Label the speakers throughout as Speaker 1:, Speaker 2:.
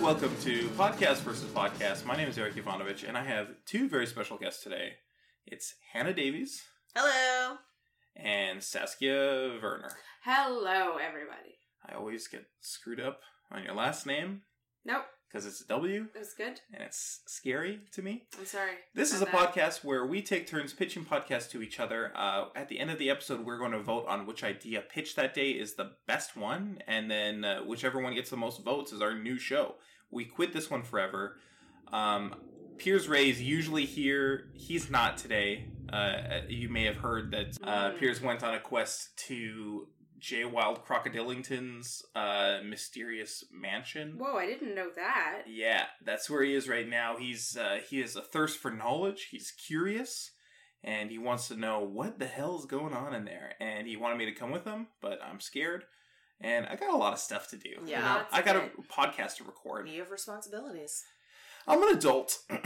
Speaker 1: welcome to Podcast versus Podcast. My name is Eric Ivanovich, and I have two very special guests today. It's Hannah Davies
Speaker 2: Hello.
Speaker 1: and Saskia Werner.
Speaker 2: Hello, everybody.
Speaker 1: I always get screwed up on your last name
Speaker 2: Nope,
Speaker 1: because it's a W,
Speaker 2: it was good.
Speaker 1: and it's scary to me.
Speaker 2: I'm sorry.
Speaker 1: This is
Speaker 2: My
Speaker 1: a
Speaker 2: bad.
Speaker 1: podcast where we take turns pitching podcasts to each other. Uh, at the end of the episode, we're going to vote on which idea pitched that day is the best one, and then uh, whichever one gets the most votes is our new show. We quit this one forever. Um, Piers Ray is usually here. He's not today. Uh, you may have heard that uh,
Speaker 2: Mm.
Speaker 1: Piers went on a quest to J. Wild Crocodilington's uh, mysterious mansion.
Speaker 2: Whoa, I didn't know that.
Speaker 1: Yeah, that's where he is right now. He's uh, he has a thirst for knowledge. He's curious, and he wants to know what the hell's going on in there. And he wanted me to come with him, but I'm scared, and I got a lot of stuff to do. You
Speaker 3: Yeah,
Speaker 1: know,
Speaker 2: that's
Speaker 1: I got
Speaker 2: good.
Speaker 1: a podcast to record.
Speaker 3: You have responsibilities.
Speaker 1: I'm an adult,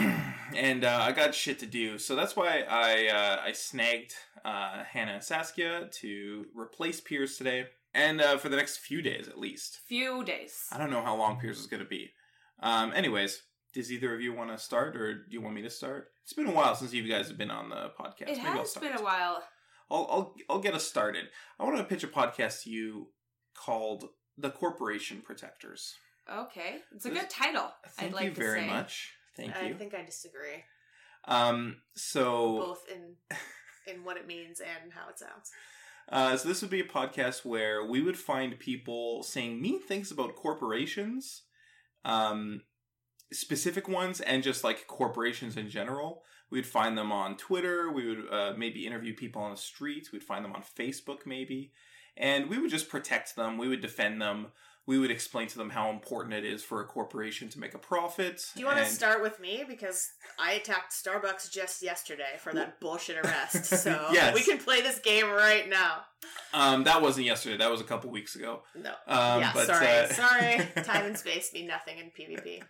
Speaker 1: and uh, I got shit to do. So that's why I uh, I snagged uh, Hannah and Saskia to replace Piers today, and uh, for the next few days at least.
Speaker 2: Few days.
Speaker 1: I don't know how long Pierce is going to be. Um, anyways, does either of you want to start, or do you want me to start? It's been a while since you guys have been on the podcast.
Speaker 2: It
Speaker 1: I'll
Speaker 2: has
Speaker 1: start.
Speaker 2: been a while.
Speaker 1: I'll, I'll I'll get us started. I want to pitch a podcast to you called "The Corporation Protectors."
Speaker 2: Okay, it's a
Speaker 1: This-
Speaker 2: good title.
Speaker 1: Thank
Speaker 2: I'd like
Speaker 1: you very
Speaker 2: to say.
Speaker 1: much. Thank
Speaker 3: I
Speaker 1: you.
Speaker 3: think I disagree,
Speaker 1: um, so,
Speaker 3: both in in what it means and how it sounds.
Speaker 1: uh, so this would be a podcast where we would find people saying mean things about corporations, um, specific ones and just like corporations in general. We'd find them on Twitter. We would uh, maybe interview people on the streets. We'd find them on Facebook, maybe. And we would just protect them. We would defend them. We would explain to them how important it is for a corporation to make a profit.
Speaker 3: Do you want to
Speaker 1: and-
Speaker 3: start with me because I attacked Starbucks just yesterday for that bullshit arrest? So
Speaker 1: Yes.
Speaker 3: we can play this game right now.
Speaker 1: Um, that wasn't yesterday. That was a couple weeks ago.
Speaker 3: No.
Speaker 1: Um,
Speaker 3: yeah,
Speaker 1: but,
Speaker 3: sorry,
Speaker 1: uh,
Speaker 3: sorry. Time and space mean nothing in PvP.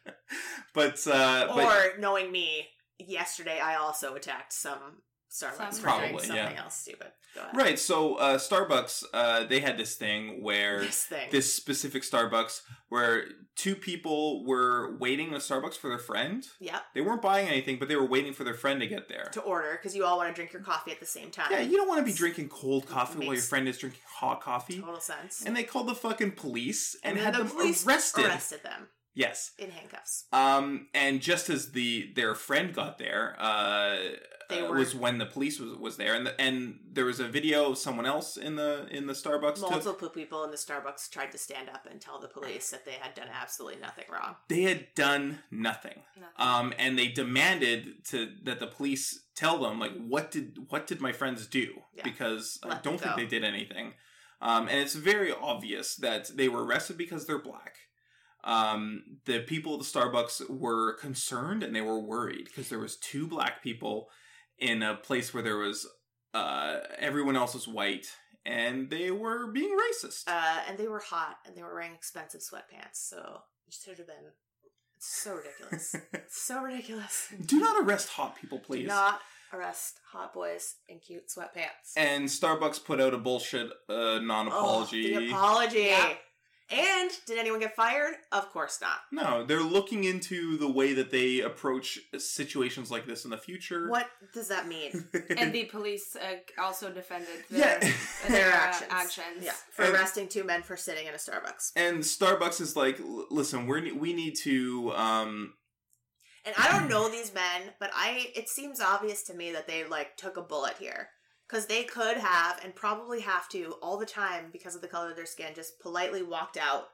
Speaker 1: but uh,
Speaker 3: or
Speaker 1: but
Speaker 3: knowing me, yesterday I also attacked some Starbucks for doing
Speaker 1: Probably,
Speaker 3: something
Speaker 1: yeah.
Speaker 3: else stupid. Go ahead.
Speaker 1: right. So uh, Starbucks, uh, they had this thing where
Speaker 3: This thing.
Speaker 1: this specific Starbucks where two people were waiting in a Starbucks for their friend.
Speaker 3: Yep.
Speaker 1: They weren't buying anything, but they were waiting for their friend to get there.
Speaker 3: To order because you all want to drink your coffee at the same time.
Speaker 1: Yeah, you don't want to be drinking cold coffee while your
Speaker 3: Makes-
Speaker 1: friend is drinking hot coffee.
Speaker 3: Total sense.
Speaker 1: And they called the fucking police and,
Speaker 3: then
Speaker 1: had them arrested.
Speaker 3: arrested them
Speaker 1: Yes.
Speaker 3: in handcuffs.
Speaker 1: Um, and just as the their friend got there, uh,
Speaker 3: They
Speaker 1: uh,
Speaker 3: were-
Speaker 1: was when the police was, was there, and the, and there was a video of someone else in the in the Starbucks. took.
Speaker 3: Multiple people in the Starbucks tried to stand up and tell the police that they had done absolutely nothing wrong.
Speaker 1: They had done nothing.
Speaker 2: Nothing.
Speaker 1: um, and they demanded to that the police tell them like what did what did my friends do
Speaker 3: Yeah.
Speaker 1: because I
Speaker 3: Let them
Speaker 1: don't think
Speaker 3: go.
Speaker 1: they did anything, um, and it's very obvious that they were arrested because they're black. Um, the people at the Starbucks were concerned and they were worried because there was two black people in a place where there was uh, everyone else was white and they were being racist.
Speaker 3: Uh, and they were hot and they were wearing expensive sweatpants, so it should have been it's so ridiculous. It's so ridiculous.
Speaker 1: do not arrest hot people, please.
Speaker 3: Do not arrest hot boys in cute sweatpants.
Speaker 1: And Starbucks put out a bullshit uh,
Speaker 3: Oh,
Speaker 1: non-apology.
Speaker 3: the apology.
Speaker 2: Yeah.
Speaker 3: And did anyone get fired? Of course not.
Speaker 1: no, they're looking into the way that they approach situations like this in the future.
Speaker 3: What does that mean?
Speaker 2: and the police uh, also defended
Speaker 1: yeah.
Speaker 2: their, their,
Speaker 3: Their
Speaker 2: uh,
Speaker 3: actions.
Speaker 2: actions.
Speaker 3: Yeah, for
Speaker 1: And-
Speaker 3: arresting two men for sitting in a Starbucks.
Speaker 1: and Starbucks is like, "L- listen, we are we need to um
Speaker 3: And I don't know these men, but I it seems obvious to me that they like took a bullet here cuz they could have and probably have to all the time because of the color of their skin just politely walked out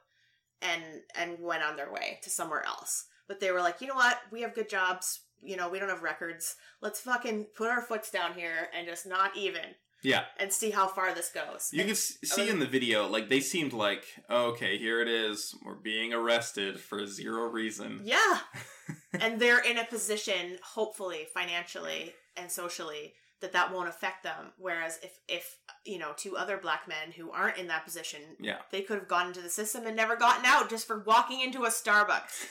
Speaker 3: and and went on their way to somewhere else. But they were like, "You know what? We have good jobs. You know, we don't have records. Let's fucking put our foots down here and just not even
Speaker 1: yeah.
Speaker 3: and see how far this goes."
Speaker 1: You
Speaker 3: And
Speaker 1: can s- see in the video like they seemed like, okay, here it is. We're being arrested for zero reason.
Speaker 3: Yeah. and they're in a position, hopefully, financially and socially, that that won't affect them. Whereas if, if you know, two other black men who aren't in that position,
Speaker 1: Yeah.
Speaker 3: they could have gone into the system and never gotten out just for walking into a Starbucks.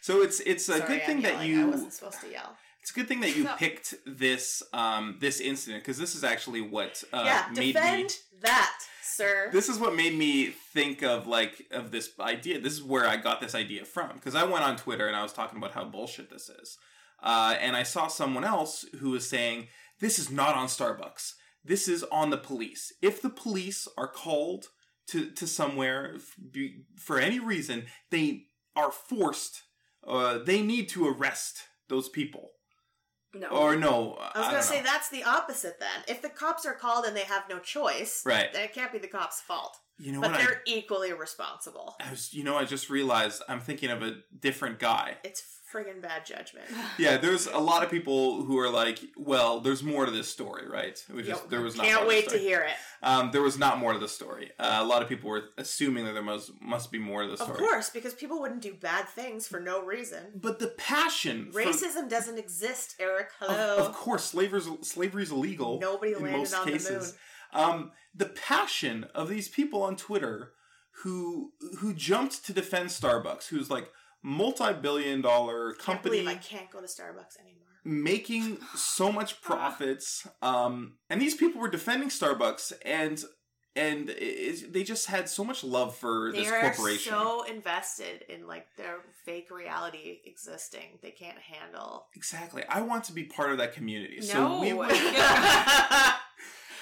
Speaker 1: So it's it's a
Speaker 3: Sorry,
Speaker 1: good thing
Speaker 3: I'm
Speaker 1: that
Speaker 3: yelling.
Speaker 1: you
Speaker 3: I wasn't supposed to yell.
Speaker 1: It's a good thing that you
Speaker 2: No.
Speaker 1: picked this um this incident because this is actually what uh
Speaker 3: yeah,
Speaker 1: made me
Speaker 3: defend that. sir.
Speaker 1: This is what made me think of like of this idea. This is where I got this idea from because I went on Twitter and I was talking about how bullshit this is, uh, and I saw someone else who was saying this is not on Starbucks. This is on the police. If the police are called to to somewhere f- be- for any reason, they are forced. Uh, they need to arrest those people.
Speaker 2: No.
Speaker 1: Or no,
Speaker 3: I was
Speaker 1: don't
Speaker 3: gonna say
Speaker 1: know.
Speaker 3: that's the opposite then. If the cops are called and they have no choice,
Speaker 1: Right.
Speaker 3: then it can't be the cops' fault.
Speaker 1: You know
Speaker 3: but
Speaker 1: what? I
Speaker 3: they're equally responsible.
Speaker 1: I was, you know, I just realized I'm thinking of a different guy.
Speaker 3: It's friggin' bad judgment.
Speaker 1: Yeah, there's a lot of people who are like, "Well, there's more to this story, right?" Which is
Speaker 3: Yep.
Speaker 1: there was not more
Speaker 3: Can't
Speaker 1: to the
Speaker 3: wait to
Speaker 1: story.
Speaker 3: hear it.
Speaker 1: Um, there was not more to the story. Uh, a lot of people were assuming that there must must be more to the story.
Speaker 3: Of course, because people wouldn't do bad things for no reason.
Speaker 1: but the passion, for-
Speaker 3: Racism doesn't exist, Eric.
Speaker 1: of,
Speaker 3: Hello.
Speaker 1: of course, slavery's slavery's illegal.
Speaker 3: Nobody
Speaker 1: in
Speaker 3: landed
Speaker 1: most
Speaker 3: on the
Speaker 1: cases. Um, the passion of these people on Twitter who who jumped to defend Starbucks, who's like multi-billion dollar
Speaker 3: Can't
Speaker 1: company.
Speaker 3: believe I can't go to Starbucks anymore.
Speaker 1: making so much profits um and these people were defending starbucks and and it, they just had so much love for
Speaker 3: They
Speaker 1: this
Speaker 3: are
Speaker 1: corporation
Speaker 3: so invested in like their fake reality existing. They can't handle.
Speaker 1: exactly i want to be part of that community so
Speaker 2: No.
Speaker 1: we would,
Speaker 2: I,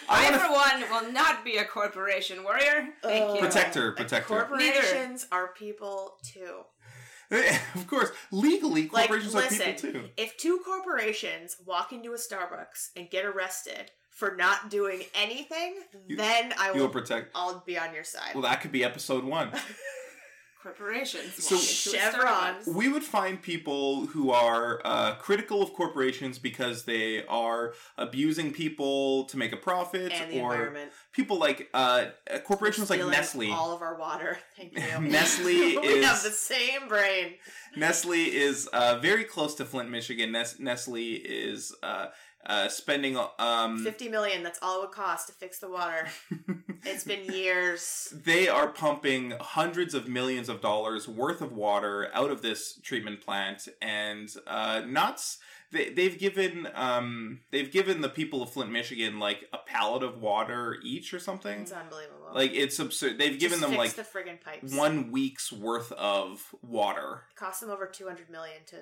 Speaker 1: i want to
Speaker 2: for one, will not be a corporation warrior. Thank
Speaker 3: Ugh.
Speaker 2: you.
Speaker 1: Protect her,
Speaker 3: And
Speaker 1: protect her.
Speaker 3: Corporations are people too.
Speaker 1: of course legally
Speaker 3: Like,
Speaker 1: corporations are
Speaker 3: listen,
Speaker 1: people too
Speaker 3: If two corporations walk into a Starbucks and get arrested for not doing anything,
Speaker 1: You-
Speaker 3: then I
Speaker 1: you'll
Speaker 3: will.
Speaker 1: protect
Speaker 3: I'll be on your side.
Speaker 1: well that could be episode one
Speaker 2: Corporations.
Speaker 1: So-
Speaker 2: walk into a
Speaker 3: Chevron.
Speaker 1: we would find people who are uh, critical of corporations because they are abusing people to make a profit
Speaker 3: and the
Speaker 1: or
Speaker 3: environment.
Speaker 1: people like uh, corporations like
Speaker 3: Stealing
Speaker 1: Nestle.
Speaker 3: All of our water. Thank you.
Speaker 1: Nestle
Speaker 3: we have
Speaker 1: is-
Speaker 3: the same brain.
Speaker 1: Nestle is uh, very close to Flint, Michigan. Nes- Nestle is uh, uh, spending um,
Speaker 3: Fifty million. That's all it would cost to fix the water. it's been years.
Speaker 1: they are pumping hundreds of millions of dollars worth of water out of this treatment plant and uh not s- they, they've given um they've given the people of Flint Michigan like a pallet of water each or something
Speaker 3: It's unbelievable.
Speaker 1: like it's absurd they've given
Speaker 3: Just
Speaker 1: them like
Speaker 3: fix the friggin' pipes.
Speaker 1: one week's worth of water
Speaker 3: It cost them over two hundred million to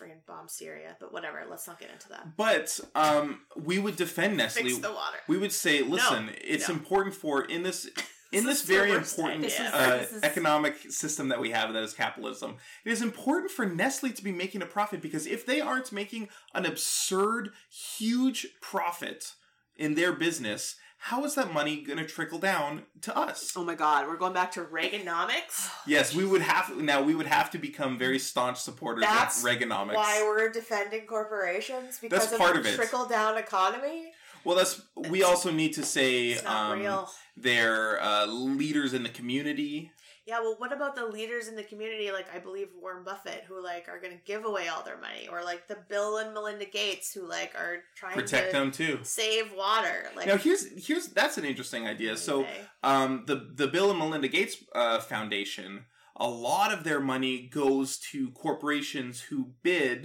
Speaker 3: friggin' bomb Syria. But whatever. Let's not get into that.
Speaker 1: but um we would defend Nestle
Speaker 3: Fix the water.
Speaker 1: we would say listen it's
Speaker 3: no.
Speaker 1: important for in this in this
Speaker 3: This is the
Speaker 1: very
Speaker 3: worst
Speaker 1: important
Speaker 3: idea.
Speaker 1: uh,
Speaker 2: This is-
Speaker 1: economic system that we have that is capitalism it is important for nestle to be making a profit because if they aren't making an absurd huge profit in their business how is that money going to trickle down to us
Speaker 3: Oh my god, we're going back to Reaganomics.
Speaker 1: yes we would have now we would have to become very staunch supporters
Speaker 3: That's
Speaker 1: of reaganomics
Speaker 3: Why we're defending corporations because
Speaker 1: That's
Speaker 3: of
Speaker 1: part
Speaker 3: the
Speaker 1: of it.
Speaker 3: trickle down economy?
Speaker 1: well that's we also need to say
Speaker 3: It's not
Speaker 1: um,
Speaker 3: real.
Speaker 1: they're uh, leaders in the community
Speaker 3: Yeah, well, what about the leaders in the community, like I believe Warren Buffett, who like are going to give away all their money, or like the Bill and Melinda Gates, who like are trying
Speaker 1: protect
Speaker 3: to
Speaker 1: them too
Speaker 3: save water? Like,
Speaker 1: Now here's here's that's an interesting idea. So
Speaker 3: anyway.
Speaker 1: um, the the Bill and Melinda Gates uh, Foundation, a lot of their money goes to corporations who bid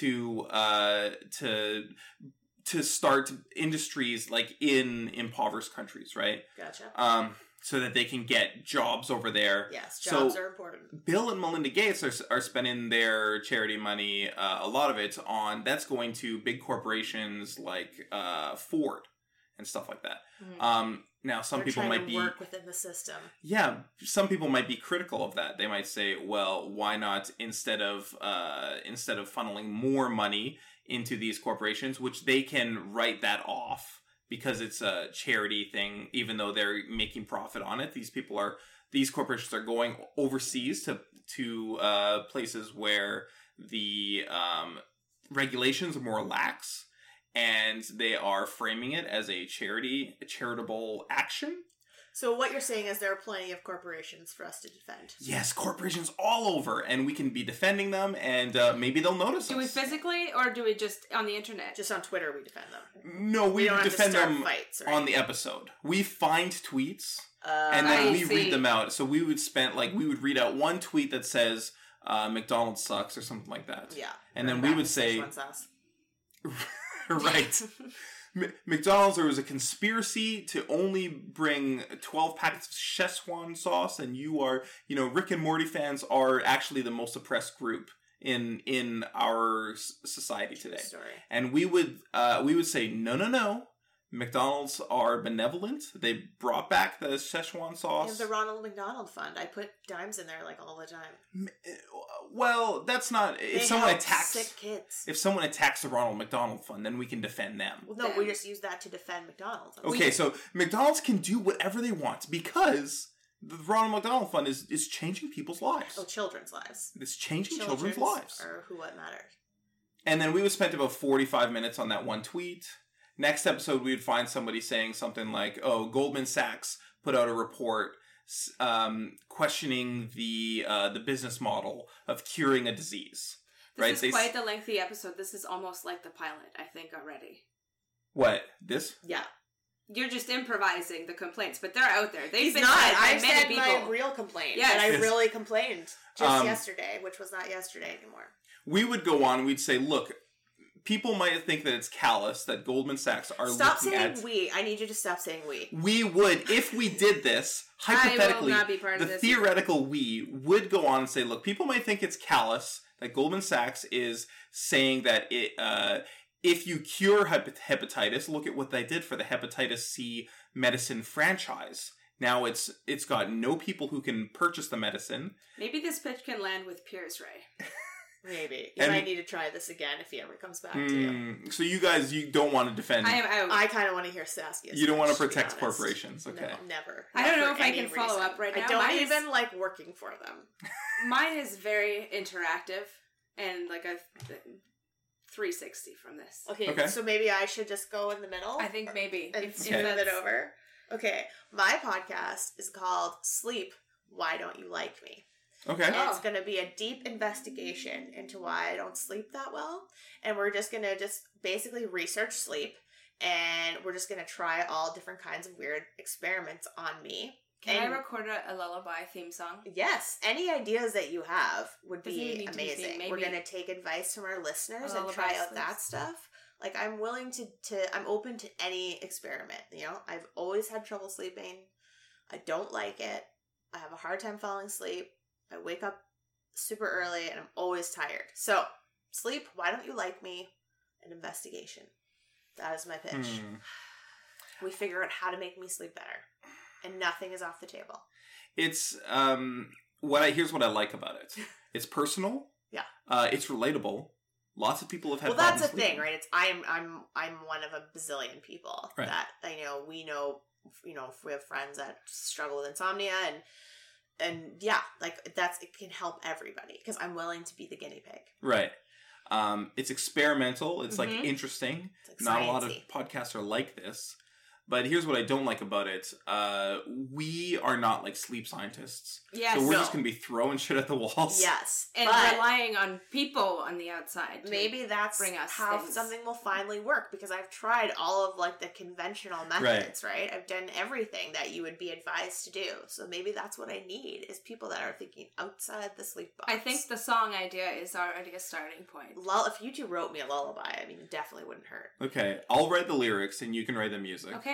Speaker 1: to uh, to to start industries like in impoverished countries, right?
Speaker 3: gotcha.
Speaker 1: Um, so that they can get jobs over there.
Speaker 3: Yes,
Speaker 1: so-
Speaker 3: jobs are important.
Speaker 1: Bill and Melinda Gates are, are spending their charity money, uh, a lot of it on that's going to big corporations like uh, Ford and stuff like that.
Speaker 2: Mhm.
Speaker 1: Um, now some
Speaker 3: They're
Speaker 1: people
Speaker 3: trying
Speaker 1: might
Speaker 3: to
Speaker 1: be
Speaker 3: work within the system.
Speaker 1: yeah, some people might be critical of that. They might say, well, why not instead of uh, instead of funneling more money into these corporations, which they can write that off because it's a charity thing, even though they're making profit on it. These people are these corporations are going overseas to to uh, places where the um, regulations are more lax, and they are framing it as a charity, a charitable action.
Speaker 3: So what you're saying is there are plenty of corporations for us to defend.
Speaker 1: Yes, corporations all over, and we can be defending them, and uh, maybe they'll notice
Speaker 2: do we
Speaker 1: us.
Speaker 2: physically or do we just on the internet?
Speaker 3: Just on Twitter, we defend them.
Speaker 1: no, we,
Speaker 3: We don't have to
Speaker 1: defend
Speaker 3: start
Speaker 1: them
Speaker 3: fights. Or
Speaker 1: on the episode. We find tweets,
Speaker 3: Uh,
Speaker 1: and then
Speaker 2: I
Speaker 1: we
Speaker 2: see.
Speaker 1: read them out. So we would spend like we would read out one tweet that says uh, McDonald's sucks or something like that,
Speaker 3: yeah,
Speaker 1: and then
Speaker 3: Right
Speaker 1: we
Speaker 3: back
Speaker 1: would
Speaker 3: to Szechuan
Speaker 1: say
Speaker 3: sauce.
Speaker 1: right. M- McDonald's, there was a conspiracy to only bring 12 packets of Szechuan sauce, and you are, you know, Rick and Morty fans are actually the most oppressed group in in our s- society
Speaker 3: True
Speaker 1: today.
Speaker 3: Story.
Speaker 1: And we would uh, we would say no, no, no. McDonald's are benevolent. They brought back the Szechuan
Speaker 3: We
Speaker 1: sauce.
Speaker 3: have the Ronald McDonald Fund. I put dimes in there like all the time.
Speaker 1: M- Uh, well, that's not if
Speaker 3: They
Speaker 1: someone
Speaker 3: help
Speaker 1: attacks
Speaker 3: sick kids.
Speaker 1: if someone attacks the Ronald McDonald Fund, then we can defend them.
Speaker 3: Well, no, we
Speaker 2: Them.
Speaker 3: just use that to defend McDonald's. I'm
Speaker 1: Okay,
Speaker 3: like,
Speaker 1: so McDonald's can do whatever they want because the Ronald McDonald Fund is is changing people's lives.
Speaker 3: oh, children's lives.
Speaker 1: It's changing children's, lives.
Speaker 3: are who what matters.
Speaker 1: And then we would spend about 45 minutes on that one tweet. Next episode, we would find somebody saying something like, oh, Goldman Sachs put out a report s- um, questioning the, uh, the business model of curing a disease.
Speaker 2: This
Speaker 1: Right,
Speaker 2: is
Speaker 1: they s-
Speaker 2: quite the lengthy episode. This is almost like the pilot, I think, already.
Speaker 1: What? This?
Speaker 3: Yeah,
Speaker 2: You're just improvising the complaints, but they're out there. They've
Speaker 3: He's
Speaker 2: been
Speaker 3: not.
Speaker 2: said by
Speaker 3: I've
Speaker 2: many
Speaker 3: said
Speaker 2: people.
Speaker 3: my real complaint.
Speaker 2: Yes.
Speaker 3: and I
Speaker 1: Yes.
Speaker 3: really complained just
Speaker 1: Um,
Speaker 3: yesterday, which was not yesterday anymore.
Speaker 1: We would go on, we'd say, look, people might think that it's callous that Goldman Sachs are
Speaker 3: Stop
Speaker 1: looking
Speaker 3: saying
Speaker 1: at.
Speaker 3: we. I need you to stop saying we.
Speaker 1: we would, if we did this,
Speaker 2: I will
Speaker 1: hypothetically,
Speaker 2: not be part
Speaker 1: the
Speaker 2: of this.
Speaker 1: theoretical we would go on and say, look, people may think it's callous that Goldman Sachs is saying that it, uh, if you cure hep- hepatitis, look at what they did for the hepatitis C medicine franchise. Now it's it's got no people who can purchase the medicine.
Speaker 2: Maybe this pitch can land with Piers Ray.
Speaker 3: Maybe you
Speaker 1: And-
Speaker 3: might need to try this again if he ever comes back to you.
Speaker 1: Hmm, so you guys, you don't want to defend.
Speaker 2: I am out. I,
Speaker 3: I kind of want to hear Saskia.
Speaker 1: Hmm. you don't want to
Speaker 3: speech, be
Speaker 1: protect
Speaker 3: honest.
Speaker 1: corporations, okay?
Speaker 3: No, never.
Speaker 2: I don't
Speaker 3: Not
Speaker 2: know
Speaker 3: for
Speaker 2: if I
Speaker 3: any
Speaker 2: can follow
Speaker 3: reason.
Speaker 2: up right now.
Speaker 3: I don't
Speaker 2: Mine is-
Speaker 3: even like working for them.
Speaker 2: Mine is very interactive and like a th- 360 from this.
Speaker 3: Okay,
Speaker 1: Okay.
Speaker 3: so maybe I should just go in the middle.
Speaker 2: I think maybe.
Speaker 3: and
Speaker 2: if- if
Speaker 1: Okay.
Speaker 3: smooth it
Speaker 2: that's-
Speaker 3: over. Okay, my podcast is called Sleep. Why don't you like me?
Speaker 1: Okay.
Speaker 3: And it's
Speaker 2: Oh.
Speaker 3: going to be a deep investigation into why I don't sleep that well. And we're just going to just basically research sleep. And we're just going to try all different kinds of weird experiments on me.
Speaker 2: Can
Speaker 3: And-
Speaker 2: I record a, a lullaby theme song?
Speaker 3: Yes, any ideas that you have would
Speaker 2: Doesn't even
Speaker 3: be
Speaker 2: need to be
Speaker 3: amazing.
Speaker 2: seen,
Speaker 3: We're
Speaker 2: maybe-
Speaker 3: going to take advice from our listeners and
Speaker 2: Lullaby
Speaker 3: try out
Speaker 2: sleeps.
Speaker 3: that stuff. Like I'm willing to to I'm open to any experiment, you know? I've always had trouble sleeping. I don't like it. I have a hard time falling asleep. I wake up super early and I'm always tired. So, sleep, why don't you like me? An investigation. That is my pitch.
Speaker 1: Hmm.
Speaker 3: We figure out how to make me sleep better. And nothing is off the table.
Speaker 1: It's um what I here's what I like about it. It's personal.
Speaker 3: Yeah.
Speaker 1: Uh, it's relatable. Lots of people have had.
Speaker 3: well that's the
Speaker 1: problems
Speaker 3: thing
Speaker 1: sleeping.
Speaker 3: right it's i'm i'm i'm one of a bazillion people
Speaker 1: Right.
Speaker 3: that i know we know you know if we have friends that struggle with insomnia and and yeah like that's it can help everybody because i'm willing to be the guinea pig
Speaker 1: Right. Um, it's experimental. It's like
Speaker 2: Mhm.
Speaker 1: interesting.
Speaker 3: it's like
Speaker 1: Not a lot of
Speaker 3: sciencey.
Speaker 1: podcasts are like this. But here's what I don't like about it. Uh, we are not like sleep scientists.
Speaker 2: Yes.
Speaker 1: so we're
Speaker 3: no.
Speaker 1: just going to be throwing shit at the walls.
Speaker 3: yes
Speaker 2: and
Speaker 3: but
Speaker 2: relying on people on the outside. to-
Speaker 3: maybe that's
Speaker 2: bring us
Speaker 3: how
Speaker 2: things.
Speaker 3: something will finally work because i've tried all of like the conventional methods right. i've done everything that you would be advised to do so maybe that's what i need is people that are thinking outside the sleep box
Speaker 2: I think the song idea is already a starting point.
Speaker 3: Lull- if you two wrote me a lullaby, I mean, it definitely wouldn't hurt.
Speaker 1: Okay. I'll write the lyrics and you can write the music.
Speaker 2: Okay.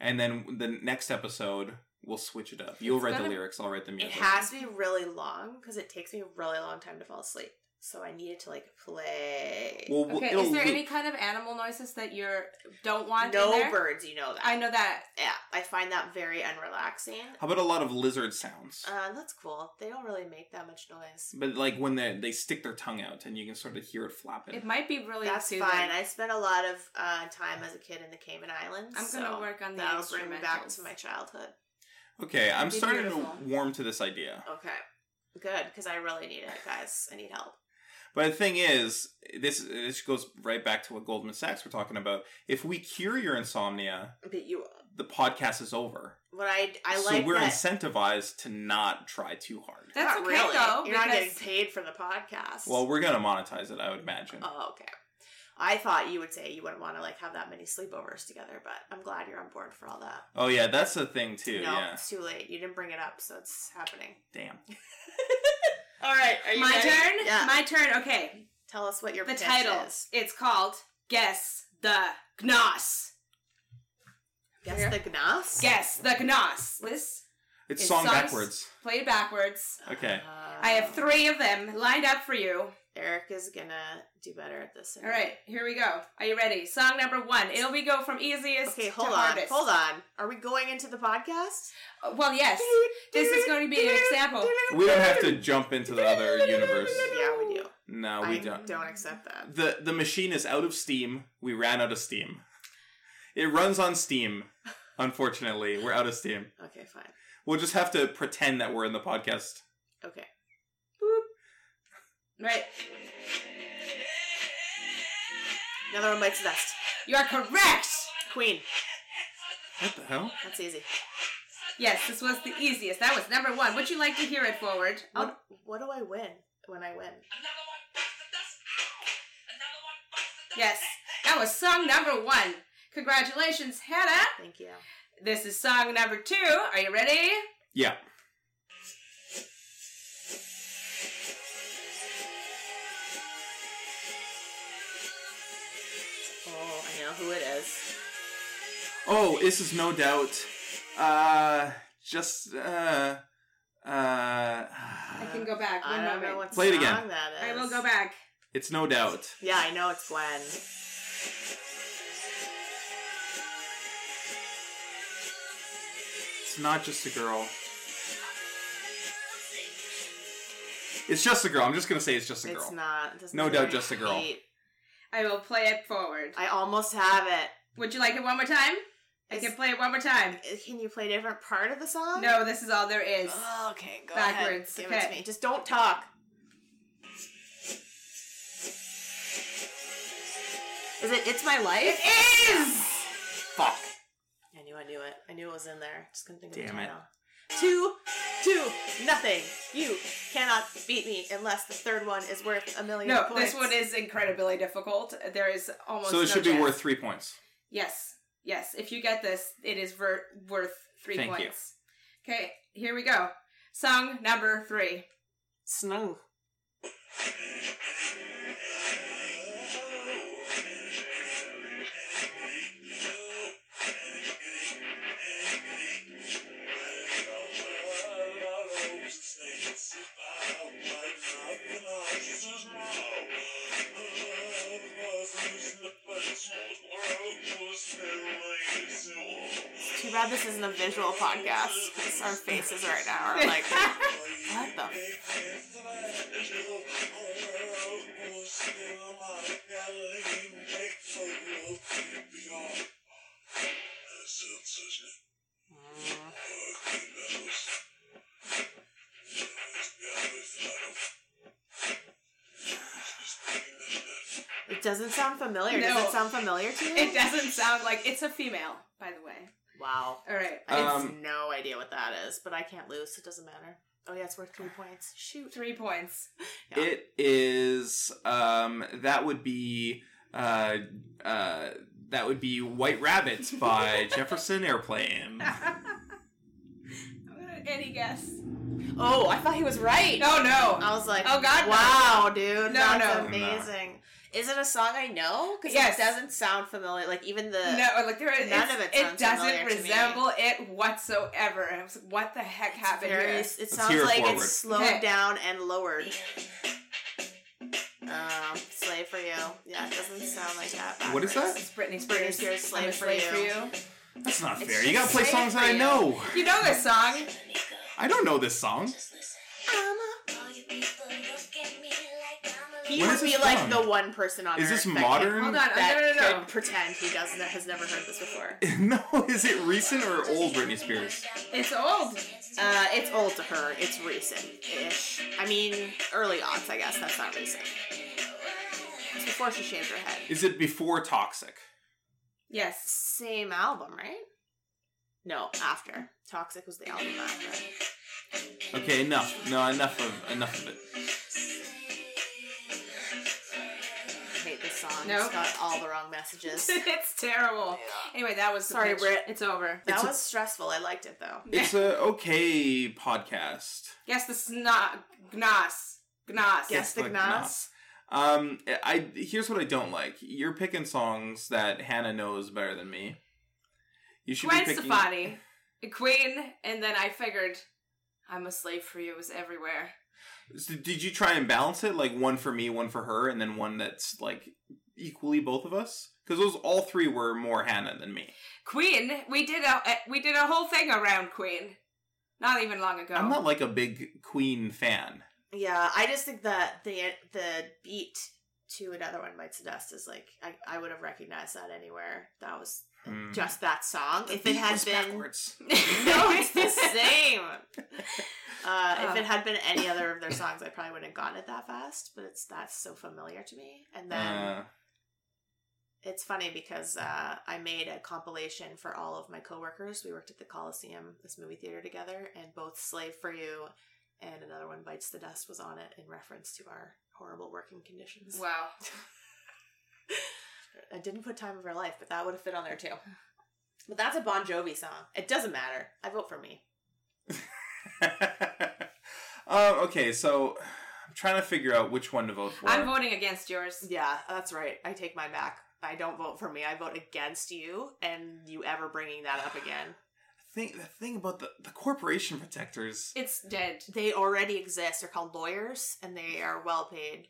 Speaker 1: And then the next episode, we'll switch it up. You'll
Speaker 2: It's
Speaker 1: write the
Speaker 2: gonna-
Speaker 1: lyrics. I'll write the
Speaker 3: It
Speaker 1: music.
Speaker 3: has to be really long because it takes me a really long time to fall asleep. So I needed to like play.
Speaker 1: well, we'll-
Speaker 2: Okay.
Speaker 1: it'll
Speaker 2: Is there
Speaker 1: loop.
Speaker 2: any kind of animal noises that you are don't want in
Speaker 3: no
Speaker 2: there?
Speaker 3: birds, you know that.
Speaker 2: I know that.
Speaker 3: Yeah, I find that very unrelaxing.
Speaker 1: How about a lot of lizard sounds?
Speaker 3: Uh, that's cool. They don't really make that much noise.
Speaker 1: but like when they they stick their tongue out and you can sort of hear it flapping.
Speaker 2: It might be really
Speaker 3: That's
Speaker 2: soothing.
Speaker 3: fine. I spent a lot of uh, time as a kid in the Cayman Islands.
Speaker 2: I'm gonna
Speaker 3: so
Speaker 2: work on the
Speaker 3: That'll bring me back to
Speaker 2: instrumentals.
Speaker 3: my childhood.
Speaker 1: Okay, I'm
Speaker 2: Be
Speaker 1: starting
Speaker 2: beautiful.
Speaker 1: to warm to this idea.
Speaker 3: Okay, good because I really need it, guys. I need help.
Speaker 1: But the thing is, this this goes right back to what Goldman Sachs were talking about. If we cure your insomnia,
Speaker 3: But you,
Speaker 1: the podcast is over.
Speaker 3: what I I
Speaker 1: so
Speaker 3: like
Speaker 1: we're
Speaker 3: that
Speaker 1: incentivized to not try too hard.
Speaker 2: That's
Speaker 3: not
Speaker 2: okay
Speaker 3: really.
Speaker 2: though.
Speaker 3: You're not getting
Speaker 2: because-
Speaker 3: paid for the podcast.
Speaker 1: Well, we're gonna monetize it, I would imagine.
Speaker 3: oh, okay. I thought you would say you wouldn't want to like have that many sleepovers together, but I'm glad you're on board for all that.
Speaker 1: oh yeah, that's the thing too.
Speaker 3: no,
Speaker 1: Yeah,
Speaker 3: it's too late. You didn't bring it up, so it's happening.
Speaker 1: damn.
Speaker 3: All right, are
Speaker 2: my turn.
Speaker 3: Yeah.
Speaker 2: My turn. Okay.
Speaker 3: Tell us what your
Speaker 2: The
Speaker 3: pitch
Speaker 2: title.
Speaker 3: is.
Speaker 2: It's called Guess the
Speaker 4: Gnos.
Speaker 3: Guess the Gnas?
Speaker 4: Yes, the Gnos. This
Speaker 1: It's,
Speaker 4: It's
Speaker 1: song
Speaker 4: songs-
Speaker 1: backwards.
Speaker 4: played backwards.
Speaker 1: Okay.
Speaker 4: I have three of them lined up for you.
Speaker 3: Uh, Eric is gonna do better at this.
Speaker 4: All right, here we go. Are you ready? Song number one. It'll be go from easiest
Speaker 3: Okay, hold
Speaker 4: to
Speaker 3: on.
Speaker 4: hardest.
Speaker 3: Hold on. Are we going into the podcast?
Speaker 4: on. Well, yes. This is going to be an example.
Speaker 1: We don't have to jump into the other universe.
Speaker 3: Yeah, we do.
Speaker 1: No,
Speaker 3: I
Speaker 1: we don't.
Speaker 3: accept that.
Speaker 1: the the machine is out of steam. We ran out of steam. It runs on steam. Unfortunately, we're out of steam.
Speaker 3: Okay, fine.
Speaker 1: We'll just have to pretend that we're in the podcast.
Speaker 3: Okay.
Speaker 4: Right.
Speaker 3: Another one bites the dust.
Speaker 4: You are correct.
Speaker 3: Queen.
Speaker 1: What the hell?
Speaker 3: That's easy.
Speaker 4: Yes, this was the easiest. That was number one. Would you like to hear it forward? I'll-
Speaker 3: What, what do I win when I win?
Speaker 4: yes, that was song number one. Congratulations, Hannah.
Speaker 3: Thank you.
Speaker 4: This is song number two. Are you ready?
Speaker 1: Yeah.
Speaker 3: Oh, I know who it is.
Speaker 1: Oh, this is no doubt. Uh, just uh, uh.
Speaker 4: I can go back. One
Speaker 3: I don't
Speaker 4: moment.
Speaker 3: know what
Speaker 1: Play it
Speaker 3: song
Speaker 1: again.
Speaker 3: that is.
Speaker 4: I will go back.
Speaker 1: It's no doubt.
Speaker 3: Yeah, I know it's Gwen.
Speaker 1: It's not just a girl. It's just a girl. I'm just gonna say it's just a girl.
Speaker 3: It's not. it doesn't
Speaker 1: No
Speaker 3: really
Speaker 1: doubt just a girl.
Speaker 3: repeat.
Speaker 4: I will play it forward.
Speaker 3: I almost have it.
Speaker 4: Would you like it one more time? I
Speaker 3: It's- Oh.
Speaker 4: can play it one more time.
Speaker 3: Uh, Can you play a different part of the song?
Speaker 4: No, this is all there is.
Speaker 3: Oh, okay, go
Speaker 4: Backwards,
Speaker 3: ahead. Give it
Speaker 4: okay.
Speaker 3: to me. Just don't talk. Is it It's My Life?
Speaker 4: It is!
Speaker 1: Fuck.
Speaker 3: I knew I knew it. I knew it was in there. Just couldn't think of
Speaker 1: Damn
Speaker 3: the
Speaker 1: it.
Speaker 3: title. Two, two, nothing. You cannot beat me unless the third one is worth a million
Speaker 4: No,
Speaker 3: points.
Speaker 4: this one is incredibly difficult. There is almost
Speaker 1: So it
Speaker 4: no
Speaker 1: should be
Speaker 4: chance.
Speaker 1: worth three points.
Speaker 4: Yes, yes. If you get this, it is ver- worth three
Speaker 1: Thank you.
Speaker 4: points. Okay, here we go. Song number three.
Speaker 3: snow. Too bad this isn't a visual podcast because our faces right now are like, what the
Speaker 4: Mm.
Speaker 3: It doesn't sound familiar. Does
Speaker 4: No.
Speaker 3: it sound familiar to you?
Speaker 4: It doesn't sound like it's a female, by the way.
Speaker 3: Wow.
Speaker 4: All right,
Speaker 3: I have
Speaker 1: Um,
Speaker 3: no idea what that is, but I can't lose. so It doesn't matter. Oh yeah, it's worth three points. Shoot.
Speaker 4: three points.
Speaker 3: Yeah.
Speaker 1: It is um that would be uh uh that would be White Rabbit by Jefferson Airplane.
Speaker 4: Any guess?
Speaker 3: Oh, I thought he was right.
Speaker 4: No, no.
Speaker 3: I was like,
Speaker 4: Oh, God, no.
Speaker 3: wow, dude,
Speaker 4: No,
Speaker 3: that's
Speaker 4: no.
Speaker 3: amazing. Is it a song I know? Because
Speaker 4: Yes.
Speaker 3: it doesn't sound familiar. Like even the
Speaker 4: No, like there is.
Speaker 3: None
Speaker 4: it's-
Speaker 3: of it
Speaker 4: It
Speaker 3: sounds
Speaker 4: doesn't
Speaker 3: familiar to me.
Speaker 4: resemble it whatsoever. And I was like, what the heck
Speaker 3: it's
Speaker 4: happened
Speaker 3: very,
Speaker 4: here?
Speaker 3: it sounds
Speaker 1: hear it
Speaker 3: like
Speaker 1: forward.
Speaker 3: it's slowed
Speaker 4: Okay.
Speaker 3: down and lowered. Um, slave for you. Yeah, it doesn't sound like that.
Speaker 1: What is that?
Speaker 4: It's Britney
Speaker 3: Britney
Speaker 4: Spears.
Speaker 3: Spears,
Speaker 4: I'm a
Speaker 3: Slave for You.
Speaker 1: That's not
Speaker 3: It's
Speaker 1: fair. You
Speaker 3: just
Speaker 1: gotta play
Speaker 3: saying
Speaker 1: songs that
Speaker 3: for
Speaker 1: I
Speaker 3: you.
Speaker 1: know.
Speaker 4: You know this song.
Speaker 1: I don't know this song.
Speaker 3: He
Speaker 1: What
Speaker 3: Um, would
Speaker 1: is this
Speaker 3: be like
Speaker 1: from?
Speaker 3: the one person on
Speaker 1: Is
Speaker 3: Earth
Speaker 1: this
Speaker 3: that
Speaker 1: modern?
Speaker 4: Hold on.
Speaker 3: Could, that
Speaker 4: no, no, no.
Speaker 3: could pretend he doesn't has never heard this before.
Speaker 1: no, is it recent or old Britney Spears?
Speaker 4: It's old.
Speaker 3: Uh, it's old to her. It's recent-ish. I mean, early aughts, I guess. That's not recent. It's before she shaved her head.
Speaker 1: Is it before Toxic?
Speaker 4: Yes.
Speaker 3: Same album, right? No, after. Toxic was the album after.
Speaker 1: Okay, enough. No, enough of enough of it.
Speaker 3: I hate this song.
Speaker 4: No.
Speaker 3: It's got all the wrong messages.
Speaker 4: it's terrible. Anyway, that was the
Speaker 3: Sorry,
Speaker 4: pitch.
Speaker 3: Brit.
Speaker 4: It's over.
Speaker 3: That
Speaker 1: It's a-
Speaker 3: was stressful. I liked it though.
Speaker 1: It's a okay podcast.
Speaker 4: Guess the snog gnos gnos.
Speaker 3: Guess the
Speaker 1: like
Speaker 3: Gnas.
Speaker 1: Um, I here's what I don't like. You're picking songs that Hannah knows better than me. You should
Speaker 2: Gwen
Speaker 1: be picking.
Speaker 2: Stefani, Queen, and then I figured I'm a slave for you is everywhere.
Speaker 1: So did you try and balance it like one for me, one for her, and then one that's like equally both of us? Because those all three were more Hannah than me.
Speaker 4: Queen, we did a uh, we did a whole thing around Queen, not even long ago.
Speaker 1: I'm not like a big Queen fan.
Speaker 3: Yeah, I just think that the the beat to another one bites the dust is like I, I would have recognized that anywhere. That was
Speaker 1: Hmm.
Speaker 3: just that song. if it
Speaker 1: Beat
Speaker 3: had
Speaker 1: was
Speaker 3: been
Speaker 1: backwards.
Speaker 3: no, it's the same. Uh, if
Speaker 4: Oh.
Speaker 3: it had been any other of their songs, I probably wouldn't have gotten it that fast. But it's that's so familiar to me. And then
Speaker 1: Uh,
Speaker 3: it's funny because uh, I made a compilation for all of my coworkers. We worked at the Coliseum, this movie theater together, and both "Slave for You" and another one "Bites the Dust" was on it in reference to our horrible working conditions.
Speaker 4: wow.
Speaker 3: I didn't put "Time of Our Life," but that would have fit on there too. But that's a Bon Jovi song. It doesn't matter. I vote for me.
Speaker 1: uh, okay, so I'm trying to figure out which one to vote for.
Speaker 4: I'm voting against yours.
Speaker 3: Yeah, that's right. I take mine back. I don't vote for me. I vote against you and you ever bringing that up again.
Speaker 1: think the thing about the, the corporation protectors,
Speaker 4: It's dead.
Speaker 3: They already exist. They're called lawyers and they are well paid.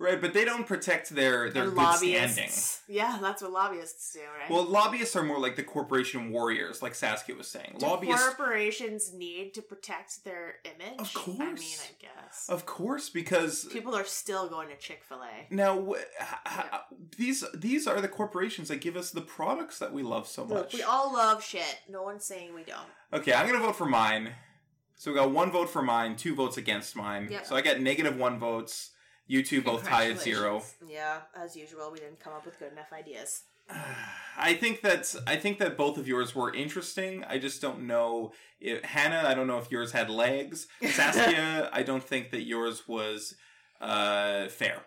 Speaker 1: right? But they don't protect their their
Speaker 3: They're
Speaker 1: good standing.
Speaker 3: lobbyists. Yeah, that's what lobbyists do, right?
Speaker 1: Well, lobbyists are more like the corporation warriors, like Saskia was saying.
Speaker 3: do
Speaker 1: Lobbyists,
Speaker 3: corporations need to protect their image?
Speaker 1: Of course.
Speaker 3: I mean, I guess.
Speaker 1: of course, because
Speaker 3: People are still going to Chick fil A.
Speaker 1: now wh- h- h- these these are the corporations that give us the products that we love so
Speaker 3: Look,
Speaker 1: much.
Speaker 3: we all love shit. No one's saying we don't.
Speaker 1: okay, I'm gonna vote for mine. So we got one vote for mine, two votes against mine.
Speaker 4: Yeah.
Speaker 1: So I got negative one votes. You two both tie at zero.
Speaker 4: Congratulations.
Speaker 3: Yeah, as usual, we didn't come up with good enough ideas.
Speaker 1: I think that I think that both of yours were interesting. I just don't know if Hannah. I don't know if yours had legs. Saskia, I don't think that yours was uh, fair.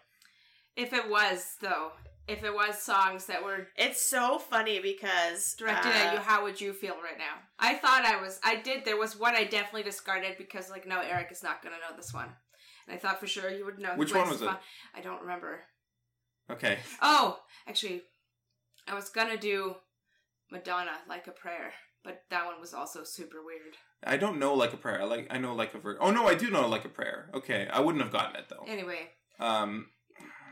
Speaker 4: If it was though, if it was songs that were
Speaker 3: It's so funny because
Speaker 4: directed
Speaker 3: uh,
Speaker 4: at you, how would you feel right now? I thought I was. I did. There was one I definitely discarded because like, no, Eric is not gonna know this one. And I thought for sure you would know.
Speaker 1: Which
Speaker 4: Gwen
Speaker 1: one was it?
Speaker 4: Stefani- I don't remember.
Speaker 1: Okay.
Speaker 4: Oh, actually, I was gonna do Madonna like a prayer, but that one was also super weird.
Speaker 1: I don't know like a prayer. I like I know like a ver- Oh no, I do know like a prayer. Okay, I wouldn't have gotten it though.
Speaker 4: Anyway,
Speaker 1: Um,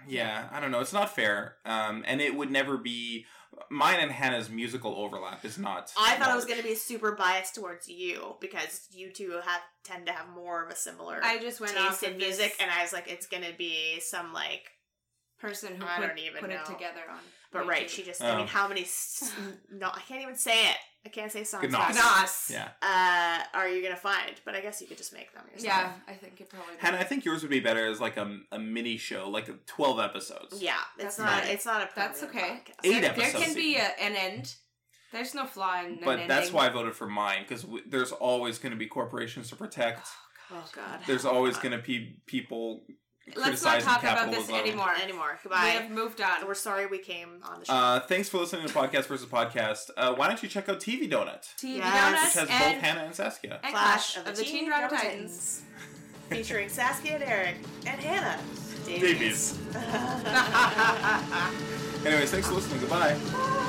Speaker 1: yeah, I don't know. It's not fair. Um, and it would never be mine and Hannah's musical overlap is not.
Speaker 3: I thought I
Speaker 1: large.
Speaker 3: was going to be super biased towards you because you two have tend to have more of a similar
Speaker 4: I just went
Speaker 3: taste
Speaker 4: off
Speaker 3: in
Speaker 4: of
Speaker 3: music,
Speaker 4: this
Speaker 3: and I was like, it's going to be some like.
Speaker 4: person who
Speaker 3: I
Speaker 4: put,
Speaker 3: don't even
Speaker 4: put
Speaker 3: know.
Speaker 4: it together on.
Speaker 3: But right, she just. I
Speaker 1: Oh.
Speaker 3: mean, how many? s- no, I can't even say it. I can't say songs.
Speaker 1: Gnos.
Speaker 3: fast.
Speaker 4: Gnos.
Speaker 1: Yeah,
Speaker 3: Uh, are you going to find? But I guess you could just make them yourself.
Speaker 4: Yeah, I think it probably.
Speaker 1: Hannah, I think yours would be better as like a a mini show, like twelve episodes.
Speaker 3: Yeah, it's
Speaker 4: That's
Speaker 3: not.
Speaker 1: fine.
Speaker 3: It's not a.
Speaker 4: That's
Speaker 3: permanent
Speaker 4: okay.
Speaker 3: podcast.
Speaker 1: Eight
Speaker 4: there, there
Speaker 1: episodes
Speaker 4: can be
Speaker 1: even.
Speaker 4: a, an end. There's no flaw in an
Speaker 1: But that's
Speaker 4: ending.
Speaker 1: why I voted for mine because w- there's always going to be corporations to protect.
Speaker 3: Oh God.
Speaker 1: There's always going to be people
Speaker 4: Let's not
Speaker 1: criticizing
Speaker 4: talk about
Speaker 1: capitalism.
Speaker 4: this anymore.
Speaker 3: anymore.
Speaker 4: We
Speaker 3: Goodbye.
Speaker 4: have moved on.
Speaker 3: We're sorry we came on the show.
Speaker 1: Uh, thanks for listening to Podcast versus Podcast. Uh, why don't you check out TV Donut, which
Speaker 4: TV
Speaker 1: has
Speaker 3: Yes.
Speaker 4: Donuts and,
Speaker 1: both Hannah and Saskia.
Speaker 4: and Clash of the, Teen, Drama
Speaker 3: Drama
Speaker 4: Titans.
Speaker 3: featuring Saskia and Eric and Hannah
Speaker 1: Davies. Anyways, thanks for listening. Goodbye.
Speaker 3: Davies.